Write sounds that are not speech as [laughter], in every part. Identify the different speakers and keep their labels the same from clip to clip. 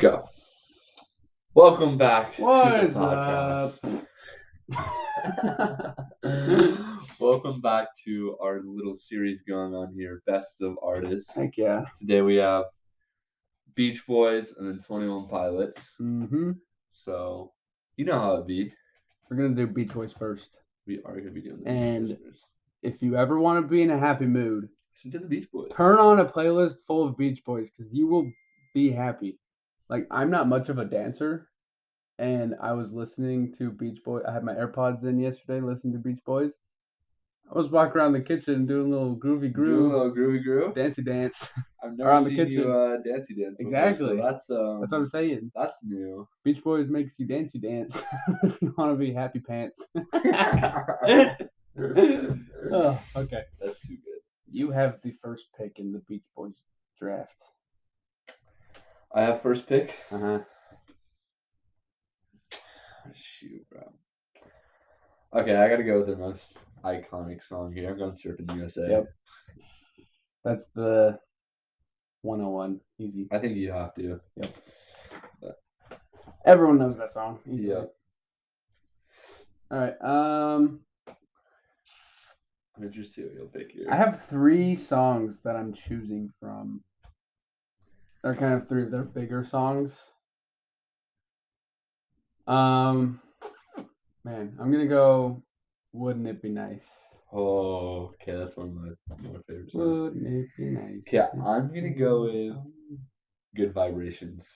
Speaker 1: go. Welcome back. to the
Speaker 2: What is
Speaker 1: podcast. [laughs] Welcome back to our little series going on here, Best of Artists.
Speaker 2: Heck yeah.
Speaker 1: Today we have Beach Boys and then 21 Pilots.
Speaker 2: Mm-hmm.
Speaker 1: So you know how it be.
Speaker 2: We're gonna do B toys first.
Speaker 1: We are gonna be doing the
Speaker 2: And-
Speaker 1: Beach Boys.
Speaker 2: If you ever want to be in a happy mood,
Speaker 1: listen to the Beach Boys.
Speaker 2: turn on a playlist full of Beach Boys because you will be happy. Like I'm not much of a dancer, and I was listening to Beach Boy. I had my AirPods in yesterday, listening to Beach Boys. I was walking around the kitchen doing a little
Speaker 1: Groove,
Speaker 2: groovy groove,
Speaker 1: little groovy groove.
Speaker 2: dancey dance.
Speaker 1: I've
Speaker 2: Or
Speaker 1: never
Speaker 2: on the
Speaker 1: seen
Speaker 2: kitchen.
Speaker 1: you uh, dancey dance. before, so
Speaker 2: Exactly.
Speaker 1: that's um,
Speaker 2: That's what I'm saying.
Speaker 1: that's new. [laughs]
Speaker 2: Beach Boys makes you dancey dance. [laughs] if you want to be happy pants.
Speaker 1: that's
Speaker 2: [laughs] oh, okay.
Speaker 1: too good.
Speaker 2: You have the first pick in the Beach Boys draft.
Speaker 1: I have first pick.
Speaker 2: Uh huh.
Speaker 1: Shoot, bro. Okay, I gotta go with the most iconic song here. I'm going Surfing USA.
Speaker 2: Yep. That's the 101. Easy.
Speaker 1: I think you have to.
Speaker 2: Everyone knows that song.
Speaker 1: Yeah.
Speaker 2: All right. Um,
Speaker 1: I'm interested what you'll pick here.
Speaker 2: I have three songs that I'm choosing from. They're kind of three of their bigger songs. Um, man, I'm gonna go. Wouldn't it be nice?
Speaker 1: oh, okay, that's one of my, my favorite songs.
Speaker 2: Wouldn't it be nice?
Speaker 1: Okay, I'm gonna go with Good Vibrations.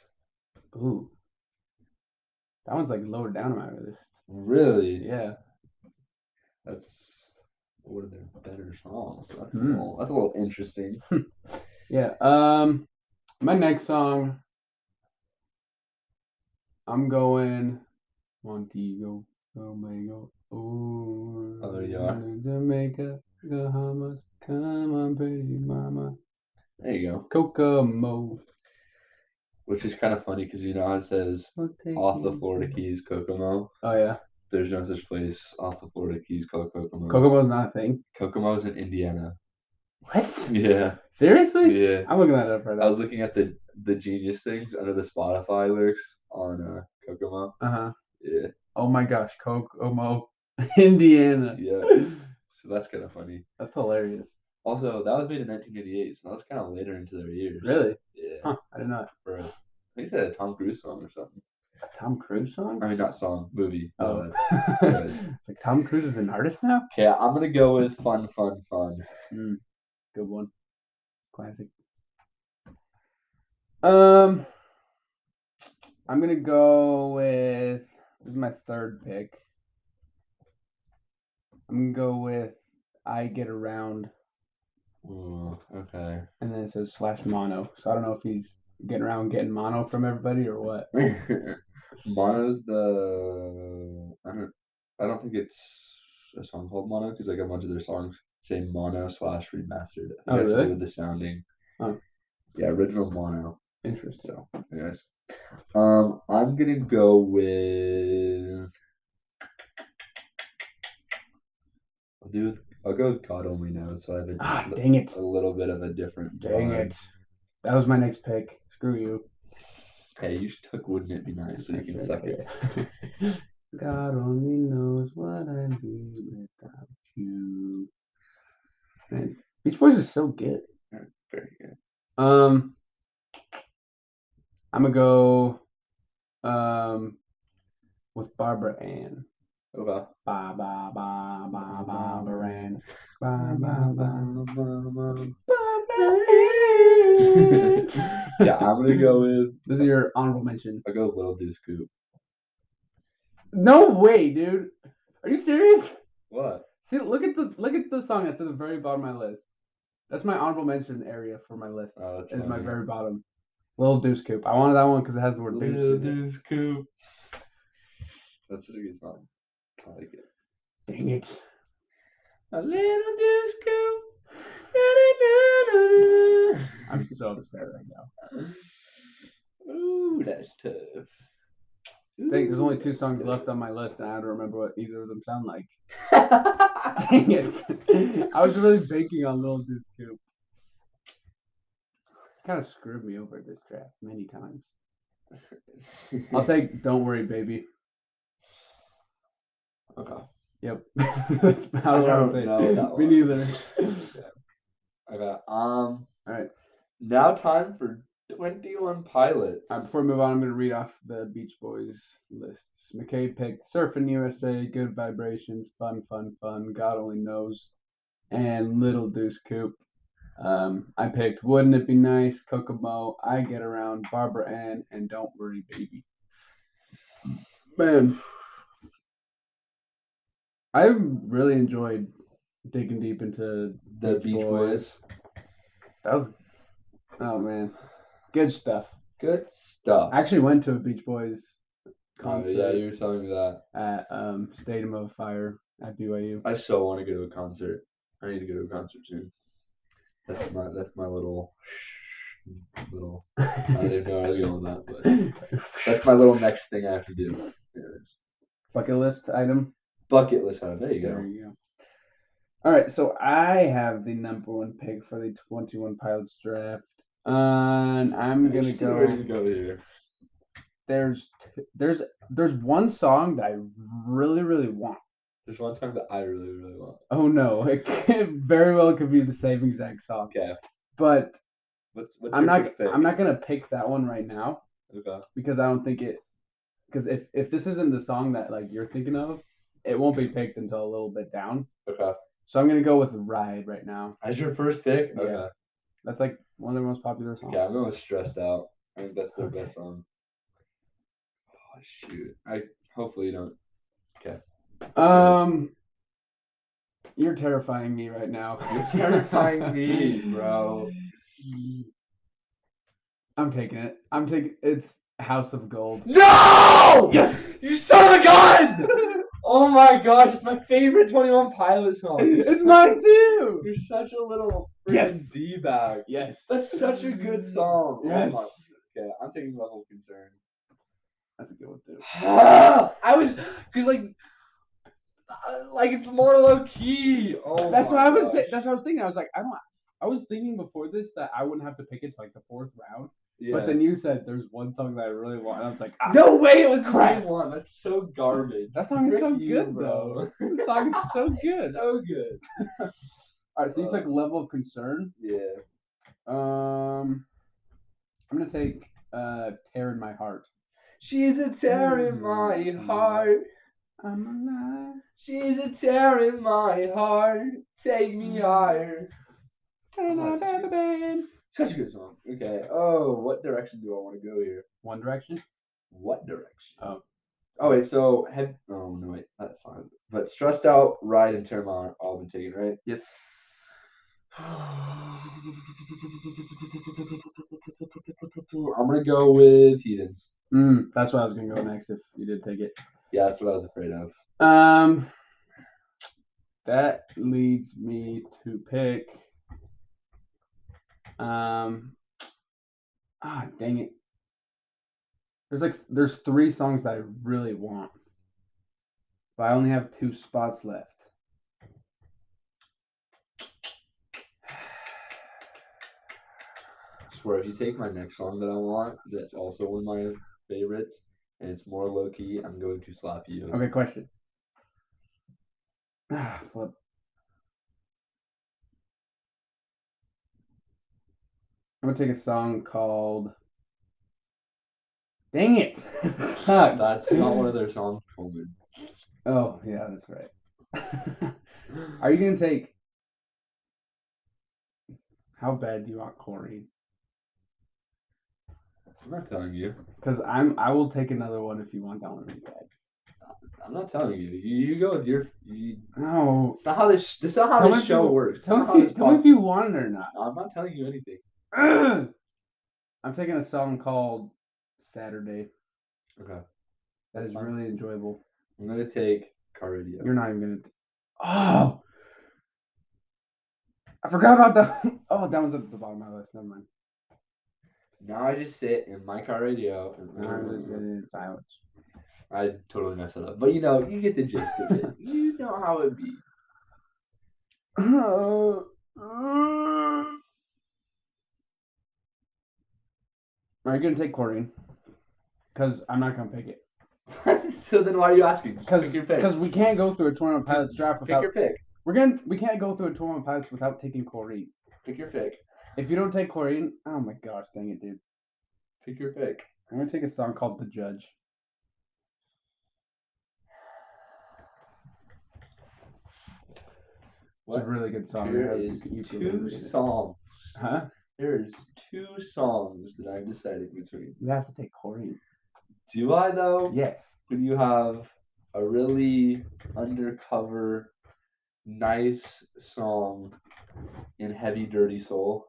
Speaker 2: Ooh, that one's like lower down on my list.
Speaker 1: Really?
Speaker 2: Yeah.
Speaker 1: That's one of their better songs. That's, a,
Speaker 2: Hmm.
Speaker 1: little, that's a little interesting.
Speaker 2: Yeah. Um, my next song, I'm going Montego, Omega. Ooh,
Speaker 1: Oh, there you are.
Speaker 2: Jamaica, Bahamas, come on, baby mama,
Speaker 1: There you go.
Speaker 2: Kokomo.
Speaker 1: Which is kind of funny because you know how it says
Speaker 2: We'll take
Speaker 1: off the
Speaker 2: you
Speaker 1: Florida
Speaker 2: there.
Speaker 1: Keys, Kokomo.
Speaker 2: Oh yeah,
Speaker 1: There's no such place off the Florida Keys called Kokomo.
Speaker 2: Kokomo's not a thing.
Speaker 1: Kokomo's in Indiana. [laughs]
Speaker 2: What?
Speaker 1: Yeah,
Speaker 2: Seriously?
Speaker 1: yeah.
Speaker 2: I'm looking that up right
Speaker 1: I
Speaker 2: now.
Speaker 1: was looking at the the genius things under the Spotify lyrics on uh, Kokomo.
Speaker 2: Uh huh.
Speaker 1: Yeah,
Speaker 2: Oh my gosh, Kokomo, [laughs]
Speaker 1: [laughs]
Speaker 2: Indiana.
Speaker 1: yeah. So that's kind of funny.
Speaker 2: That's hilarious.
Speaker 1: Also, that was made in 1988, so that was kind of later into their years.
Speaker 2: Really?
Speaker 1: Yeah.
Speaker 2: Huh? I did not.
Speaker 1: For, I think they had a Tom Cruise song or something.
Speaker 2: A Tom Cruise song?
Speaker 1: I mean, not song, movie.
Speaker 2: Oh.
Speaker 1: Uh,
Speaker 2: it's like Tom Cruise is an artist now?
Speaker 1: okay, I'm gonna go with "Fun, Fun, Fun."
Speaker 2: Good one. Classic. Um I'm gonna go with this is my third pick. I'm gonna go with I get around
Speaker 1: Ooh, okay.
Speaker 2: and then it says slash mono. So I don't know if he's getting around getting mono from everybody
Speaker 1: [laughs]
Speaker 2: or what.
Speaker 1: Mono's the I don't I don't think it's a song called Mono because like a bunch of their songs say Mono slash remastered. I think
Speaker 2: Oh,
Speaker 1: that's to do
Speaker 2: really?
Speaker 1: with The sounding.
Speaker 2: Oh.
Speaker 1: Yeah, original Mono.
Speaker 2: Interesting.
Speaker 1: So, anyways, um, I'm gonna go with. I'll do. I'll go with God only knows. So I have a,
Speaker 2: Ah
Speaker 1: li-
Speaker 2: dang it.
Speaker 1: a little bit of a different.
Speaker 2: Dang
Speaker 1: vibe.
Speaker 2: it. That was my next pick. Screw you.
Speaker 1: Hey, you just took. Wouldn't it be nice? So you can suck it.
Speaker 2: [laughs] God only knows what I'd be without you. Man, Beach Boys is so good.
Speaker 1: Very good.
Speaker 2: Um, I'm gonna go, um, with Barbara Ann.
Speaker 1: Okay.
Speaker 2: Ba ba ba ba Barbara Ann. Ba ba ba. Barbara Ann. [laughs]
Speaker 1: [laughs] yeah, I'm gonna go with
Speaker 2: This is your honorable mention.
Speaker 1: I go with Little Deuce Coupe.
Speaker 2: No way, dude. Are you serious?
Speaker 1: What?
Speaker 2: See, look at the look at the song that's at the very bottom of my list. That's my honorable mention area for my list.
Speaker 1: Oh, that's
Speaker 2: is my
Speaker 1: funny.
Speaker 2: very bottom. Little Deuce Coop. I wanted that one because it has the word Deuce.
Speaker 1: Little
Speaker 2: in it.
Speaker 1: Deuce Coupe. That's such a good song. I like it.
Speaker 2: Dang it.
Speaker 1: A little Deuce Coupe.
Speaker 2: I'm so upset right now.
Speaker 1: Ooh, that's tough.
Speaker 2: I think there's only
Speaker 1: Ooh,
Speaker 2: two
Speaker 1: that's
Speaker 2: songs
Speaker 1: tough.
Speaker 2: left on my list and I don't remember what either of them sound like. [laughs]
Speaker 1: I
Speaker 2: Dang it. I was really banking on Little Deuce Coop. Kind of screwed me over this draft many times. I'll take "Don't Worry, Baby."
Speaker 1: [laughs] okay.
Speaker 2: Yep, [laughs] that's about what I would
Speaker 1: don't
Speaker 2: say.
Speaker 1: know that
Speaker 2: [laughs] Me
Speaker 1: one.
Speaker 2: neither.
Speaker 1: [laughs] Yeah. I got um.
Speaker 2: All right.
Speaker 1: Now time for Twenty One Pilots.
Speaker 2: Uh, before we move on, I'm going to read off the Beach Boys lists. McKay picked Surfing USA, Good Vibrations, Fun, Fun, Fun, God Only Knows, and Little Deuce Coupe. Um, I picked Wouldn't It Be Nice, Kokomo, I Get Around, Barbara Ann, and Don't Worry Baby. Man, I really enjoyed digging deep into
Speaker 1: the Beach Boys.
Speaker 2: that was oh man, good stuff.
Speaker 1: Good stuff.
Speaker 2: I actually went to a Beach Boys
Speaker 1: Oh,
Speaker 2: concert
Speaker 1: yeah, you were telling me that.
Speaker 2: at um, Stadium of Fire at BYU.
Speaker 1: [laughs] I so want to go to a concert. I need to go to a concert soon. That's my that's my little little. I didn't even know I was going that, but that's my little next thing I have to do. Anyways.
Speaker 2: Bucket list item.
Speaker 1: Bucket list item. There you
Speaker 2: There
Speaker 1: go.
Speaker 2: you go. All right, so I have the number one pick for the 21 Pilots draft. And I'm gonna
Speaker 1: Actually, Where did you
Speaker 2: go.
Speaker 1: go here?
Speaker 2: There's t- there's there's one song that I really really want.
Speaker 1: There's one song that I really really want.
Speaker 2: Oh no, [laughs] it could, very well could be the same exact song.
Speaker 1: Okay.
Speaker 2: But
Speaker 1: What's what's
Speaker 2: I'm
Speaker 1: your
Speaker 2: not
Speaker 1: first pick?
Speaker 2: I'm not gonna pick that one right now.
Speaker 1: Okay.
Speaker 2: because I don't think it. Because if if this isn't the song that like you're thinking of, it won't be picked until a little bit down.
Speaker 1: Okay.
Speaker 2: So I'm gonna go with "Ride" right now.
Speaker 1: As your first pick.
Speaker 2: Yeah.
Speaker 1: Okay.
Speaker 2: That's like one of their most popular songs.
Speaker 1: Okay. I'm going with stressed out. I think that's their
Speaker 2: Okay.
Speaker 1: best song. Oh shoot! I hopefully you don't.
Speaker 2: Um, you're terrifying me right now.
Speaker 1: [laughs] You're terrifying me, bro.
Speaker 2: I'm taking it. I'm taking it's House of Gold.
Speaker 1: No!
Speaker 2: Yes!
Speaker 1: You son of a gun! oh my gosh, it's my favorite 21 Pilots song.
Speaker 2: [laughs] It's mine too.
Speaker 1: You're such a little
Speaker 2: Yes.
Speaker 1: freaking D-bag.
Speaker 2: Yes.
Speaker 1: That's such a good song. Oh my-
Speaker 2: Yes.
Speaker 1: okay, I'm taking level of [sighs] concern.
Speaker 2: That's a good one too.
Speaker 1: I was, cause like, uh, like it's more low key. Oh,
Speaker 2: That's
Speaker 1: my
Speaker 2: what I was.
Speaker 1: gosh.
Speaker 2: Say, that's what I was thinking. I was like, I don't. I was thinking before this that I wouldn't have to pick it to like the fourth round.
Speaker 1: Yeah.
Speaker 2: But then you said there's one song that I really want. And I was like, ah,
Speaker 1: no way, it was the
Speaker 2: Crap.
Speaker 1: same one. That's so garbage.
Speaker 2: that song is
Speaker 1: Frick
Speaker 2: so
Speaker 1: you,
Speaker 2: good
Speaker 1: bro.
Speaker 2: [laughs] though. The song is so good.
Speaker 1: So good.
Speaker 2: All right, so you
Speaker 1: Uh,
Speaker 2: took level of concern.
Speaker 1: Yeah.
Speaker 2: Um, I'm gonna take uh, tear in my heart.
Speaker 1: She's a tear in my heart.
Speaker 2: I'm alive.
Speaker 1: She's a tear in my heart. Take me higher. Oh, that's a Such a good song. Okay. Oh, what direction do I want to go here?
Speaker 2: One Direction.
Speaker 1: What direction?
Speaker 2: Oh.
Speaker 1: Oh wait. So have. Oh no wait. That's fine. But stressed out, ride, and turn on all been taken, right?
Speaker 2: Yes.
Speaker 1: [sighs] I'm gonna go with Heathens.
Speaker 2: Mm, that's what I was gonna go next if you did take it.
Speaker 1: Yeah, that's what I was afraid of.
Speaker 2: Um, that leads me to pick. Um, ah, dang it. There's like there's three songs that I really want, but I only have two spots left.
Speaker 1: I swear, if you take my next song that I want, that's also one of my favorites, and it's more low key, I'm going to slap you.
Speaker 2: Okay, question. [sighs] Ah, flip. I'm gonna take a song called. Dang it! [laughs] Suck.
Speaker 1: That's not one of their songs. Coleman.
Speaker 2: [laughs] Oh yeah, that's right. [laughs] Are you gonna take? How bad do you want chlorine?
Speaker 1: I'm not telling you.
Speaker 2: Because I'm I will take another one if you want that one really bad.
Speaker 1: I'm not telling you. You, you go with your. You,
Speaker 2: No.
Speaker 1: it's not how this. This is not how
Speaker 2: Tell me
Speaker 1: this
Speaker 2: if
Speaker 1: show
Speaker 2: you-
Speaker 1: works. It's
Speaker 2: Tell me
Speaker 1: not
Speaker 2: if
Speaker 1: how
Speaker 2: you,
Speaker 1: this
Speaker 2: tell me if
Speaker 1: pod-
Speaker 2: you want it or not.
Speaker 1: I'm not telling you anything.
Speaker 2: [clears throat] Ugh. I'm taking a song called Saturday.
Speaker 1: Okay.
Speaker 2: That
Speaker 1: That's
Speaker 2: is
Speaker 1: fine.
Speaker 2: really enjoyable.
Speaker 1: I'm gonna take Car Radio.
Speaker 2: You're not even gonna. Oh, I forgot about that. Oh, that one's at the [laughs] bottom of my list. Never mind.
Speaker 1: Now I just sit in my car radio.
Speaker 2: I'm just
Speaker 1: And,
Speaker 2: in [clears throat] silence.
Speaker 1: I totally messed it up, but you know you get the gist of it.
Speaker 2: [laughs]
Speaker 1: You know how it be. [laughs]
Speaker 2: Are you gonna take chlorine? because I'm not gonna pick it.
Speaker 1: so then why are you asking? Just
Speaker 2: Because
Speaker 1: pick your pick.
Speaker 2: we can't go through a tournament
Speaker 1: Just
Speaker 2: pilots draft
Speaker 1: pick
Speaker 2: without
Speaker 1: your pick.
Speaker 2: we're gonna we can't go through a tournament pilots without taking chlorine.
Speaker 1: Pick your pick.
Speaker 2: If you don't take chlorine, oh my gosh, dang it, dude!
Speaker 1: Pick your pick.
Speaker 2: I'm gonna take a song called "The Judge." It's a
Speaker 1: What?
Speaker 2: really good song.
Speaker 1: There
Speaker 2: It
Speaker 1: is
Speaker 2: has ukulele in
Speaker 1: two
Speaker 2: it.
Speaker 1: songs.
Speaker 2: Huh?
Speaker 1: There is two songs that I've decided between.
Speaker 2: You have to take chlorine.
Speaker 1: Do I though?
Speaker 2: Yes.
Speaker 1: when you have a really undercover, nice song in Heavy Dirty Soul.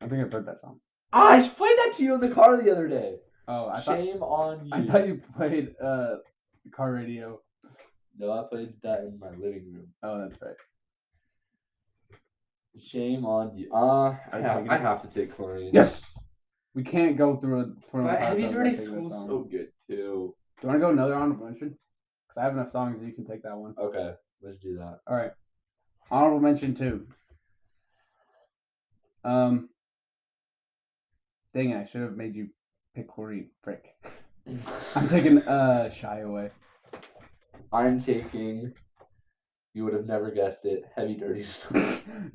Speaker 2: I think I've heard that song.
Speaker 1: Ah, I played that to you in the car the other day.
Speaker 2: Oh, I thought
Speaker 1: Shame on you.
Speaker 2: I thought you played uh car radio.
Speaker 1: No, I played that in my living room.
Speaker 2: Oh, that's right.
Speaker 1: Shame on you. Ah, I,
Speaker 2: Are you
Speaker 1: have,
Speaker 2: taking
Speaker 1: I
Speaker 2: it?
Speaker 1: have to take chlorine.
Speaker 2: We can't go through a
Speaker 1: But
Speaker 2: tournament pilots
Speaker 1: Heavy
Speaker 2: without
Speaker 1: Dirty
Speaker 2: taking that
Speaker 1: Soul's
Speaker 2: song.
Speaker 1: so good too.
Speaker 2: Do you want to go another honorable mention? Because I have enough songs that you can take that one.
Speaker 1: Okay, let's do that.
Speaker 2: All right. Honorable mention two. Um. Dang it! I should have made you pick Corey. Frick. [laughs] I'm taking uh shy away. [laughs]
Speaker 1: I'm taking. You would have never guessed it. Heavy Dirty Soul.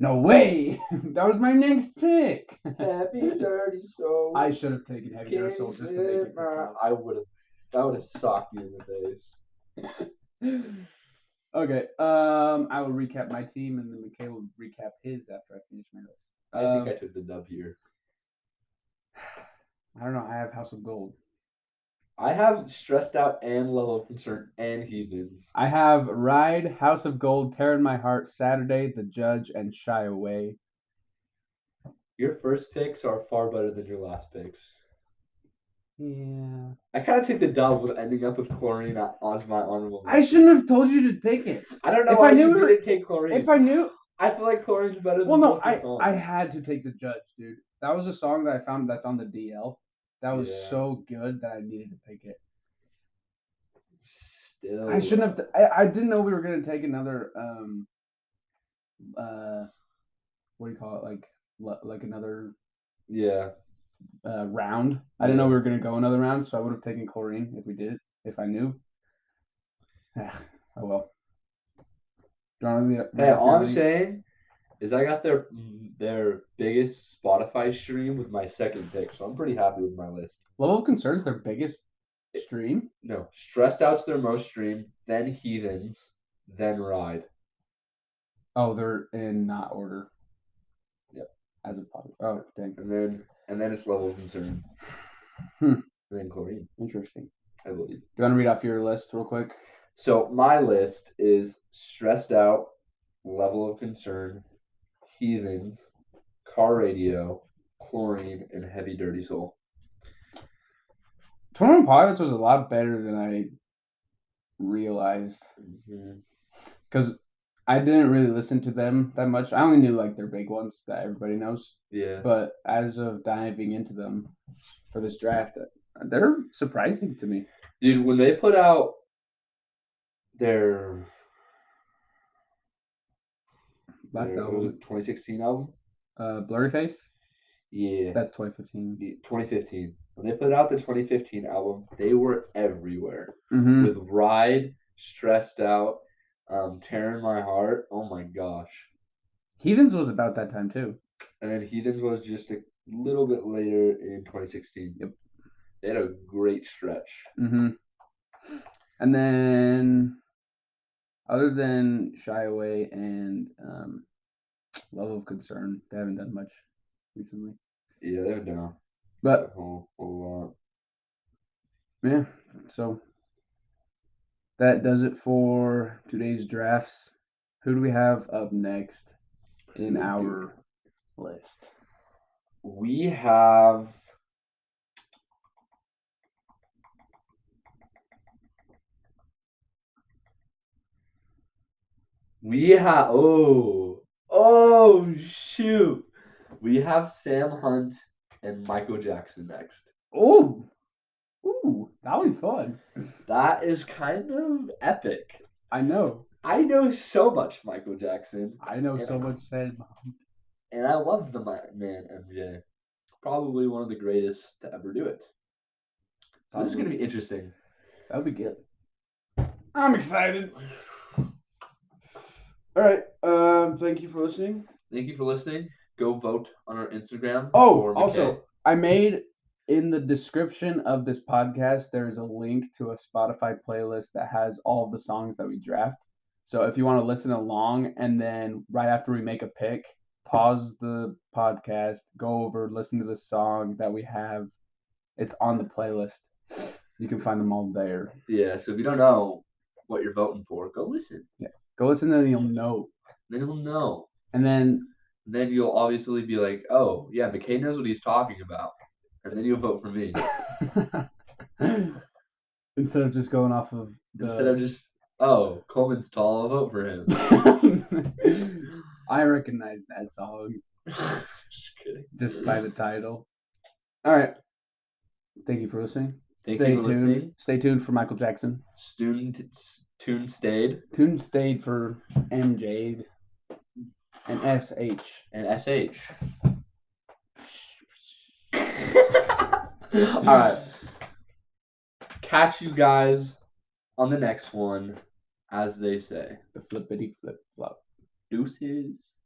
Speaker 2: No way! [laughs] that was my next pick.
Speaker 1: Heavy Dirty Soul.
Speaker 2: I should have taken Heavy Air Soul just to make you pick
Speaker 1: Gamer.
Speaker 2: song.
Speaker 1: I would have. That would have socked you in the face. [laughs]
Speaker 2: Okay. Um. I will recap my team, and then Mikhail will recap his after I finish my list.
Speaker 1: I
Speaker 2: Um,
Speaker 1: think I took the dub here.
Speaker 2: I don't know. I have House of Gold.
Speaker 1: I have stressed out and level of concern and heathens.
Speaker 2: I have Ride, House of Gold, Tear in My Heart, Saturday, The Judge, and Shy Away.
Speaker 1: Your first picks are far better than your last picks.
Speaker 2: Yeah.
Speaker 1: I kind of took the dub with ending up with chlorine on on my honorable.
Speaker 2: I shouldn't have told you to take it.
Speaker 1: I don't know
Speaker 2: if
Speaker 1: why
Speaker 2: I knew
Speaker 1: you
Speaker 2: we were-
Speaker 1: didn't take chlorine.
Speaker 2: If I knew,
Speaker 1: I feel like chlorine's better.
Speaker 2: well,
Speaker 1: than
Speaker 2: no,
Speaker 1: both the
Speaker 2: I
Speaker 1: songs.
Speaker 2: I had to take The Judge, dude. That was a song that I found that's on the DL. That was
Speaker 1: Yeah.
Speaker 2: so good that I needed to pick it.
Speaker 1: still.
Speaker 2: I shouldn't have. T- I I didn't know we were gonna take another um, uh, what do you call it? Like le- like another
Speaker 1: Yeah,
Speaker 2: uh, round. I didn't know we were going to go another round, so I would have taken chlorine if we did, if I knew. [sighs] Ah, oh well. Do you wanna re-
Speaker 1: Hey,
Speaker 2: recap
Speaker 1: all
Speaker 2: your
Speaker 1: I'm
Speaker 2: league?
Speaker 1: saying is I got their their biggest Spotify stream with my second pick, so I'm pretty happy with my list.
Speaker 2: Level of Concern's their biggest stream.
Speaker 1: No, Stressed Out's their most stream, then Heathens, then Ride.
Speaker 2: Oh, they're in not order.
Speaker 1: Yep.
Speaker 2: As a pop. Oh, dang.
Speaker 1: And then and then it's Level of Concern.
Speaker 2: Hmm.
Speaker 1: And then Chlorine,
Speaker 2: Interesting.
Speaker 1: I believe.
Speaker 2: Do you want to read off your list real quick?
Speaker 1: So my list is Stressed Out, Level of Concern, Heathens, Car Radio, Chlorine, and Heavy Dirty Soul.
Speaker 2: Tournament Pilots was a lot better than I realized because I didn't really listen to them that much. I only knew like their big ones that everybody knows.
Speaker 1: Yeah.
Speaker 2: but as of diving into them for this draft, they're surprising to me.
Speaker 1: Dude, when they put out their
Speaker 2: Last
Speaker 1: their
Speaker 2: album,
Speaker 1: 2016 album,
Speaker 2: uh, Blurry Face,
Speaker 1: yeah,
Speaker 2: that's 2015.
Speaker 1: the 2015. When they put out the 2015 album, they were everywhere
Speaker 2: Mm-hmm.
Speaker 1: with Ride, Stressed Out, um, Tearing My Heart. Oh my gosh!
Speaker 2: Heathens was about that time too.
Speaker 1: And then Heathens was just a little bit later in 2016.
Speaker 2: Yep.
Speaker 1: they had a great stretch.
Speaker 2: Mm-hmm. And then, other than Shy Away and um, Love of Concern, they haven't done much recently.
Speaker 1: Yeah, they were down a
Speaker 2: But
Speaker 1: whole, whole lot.
Speaker 2: yeah, so that does it for today's drafts. Who do we have up next? in our list.
Speaker 1: We have. We have. Oh. Oh, shoot. We have Sam Hunt and Michael Jackson next.
Speaker 2: Oh, ooh, that'll be fun.
Speaker 1: That is kind of epic.
Speaker 2: I know,
Speaker 1: I know so much Michael Jackson,
Speaker 2: I know so
Speaker 1: Yeah.
Speaker 2: much. Said
Speaker 1: and I love the mi- man MJ. Probably one of the greatest to ever do it. This is gonna be interesting.
Speaker 2: That'd be good. I'm excited. All right. Um, thank you for listening.
Speaker 1: Thank you for listening. Go vote on our Instagram.
Speaker 2: Oh,
Speaker 1: for
Speaker 2: also, I made in the description of this podcast there is a link to a Spotify playlist that has all of the songs that we draft. So if you want to listen along and then right after we make a pick, pause the podcast, go over, listen to the song that we have. It's on the playlist. You can find them all there.
Speaker 1: McKay. yeah. So if you don't know what you're voting for, go listen.
Speaker 2: Go listen and you'll know.
Speaker 1: Then you'll know.
Speaker 2: And then [laughs]
Speaker 1: Then you'll obviously be like, oh yeah, McKay knows what he's talking about, and then you'll vote for
Speaker 2: [laughs]
Speaker 1: me
Speaker 2: Uh, instead of just going off of the
Speaker 1: instead of just oh Coleman's tall, I'll vote for him.
Speaker 2: [laughs]
Speaker 1: [laughs]
Speaker 2: I recognize that song
Speaker 1: Just kidding.
Speaker 2: just by the title. All right. Thank you for listening.
Speaker 1: Thank
Speaker 2: Stay
Speaker 1: you for
Speaker 2: tuned.
Speaker 1: listening.
Speaker 2: Stay tuned for Michael Jackson.
Speaker 1: Student tune stayed
Speaker 2: Tune stayed for MJ and SH.
Speaker 1: and sh. All right. Catch you guys on the next one, as they say.
Speaker 2: The flippity flip flop.
Speaker 1: Deuces.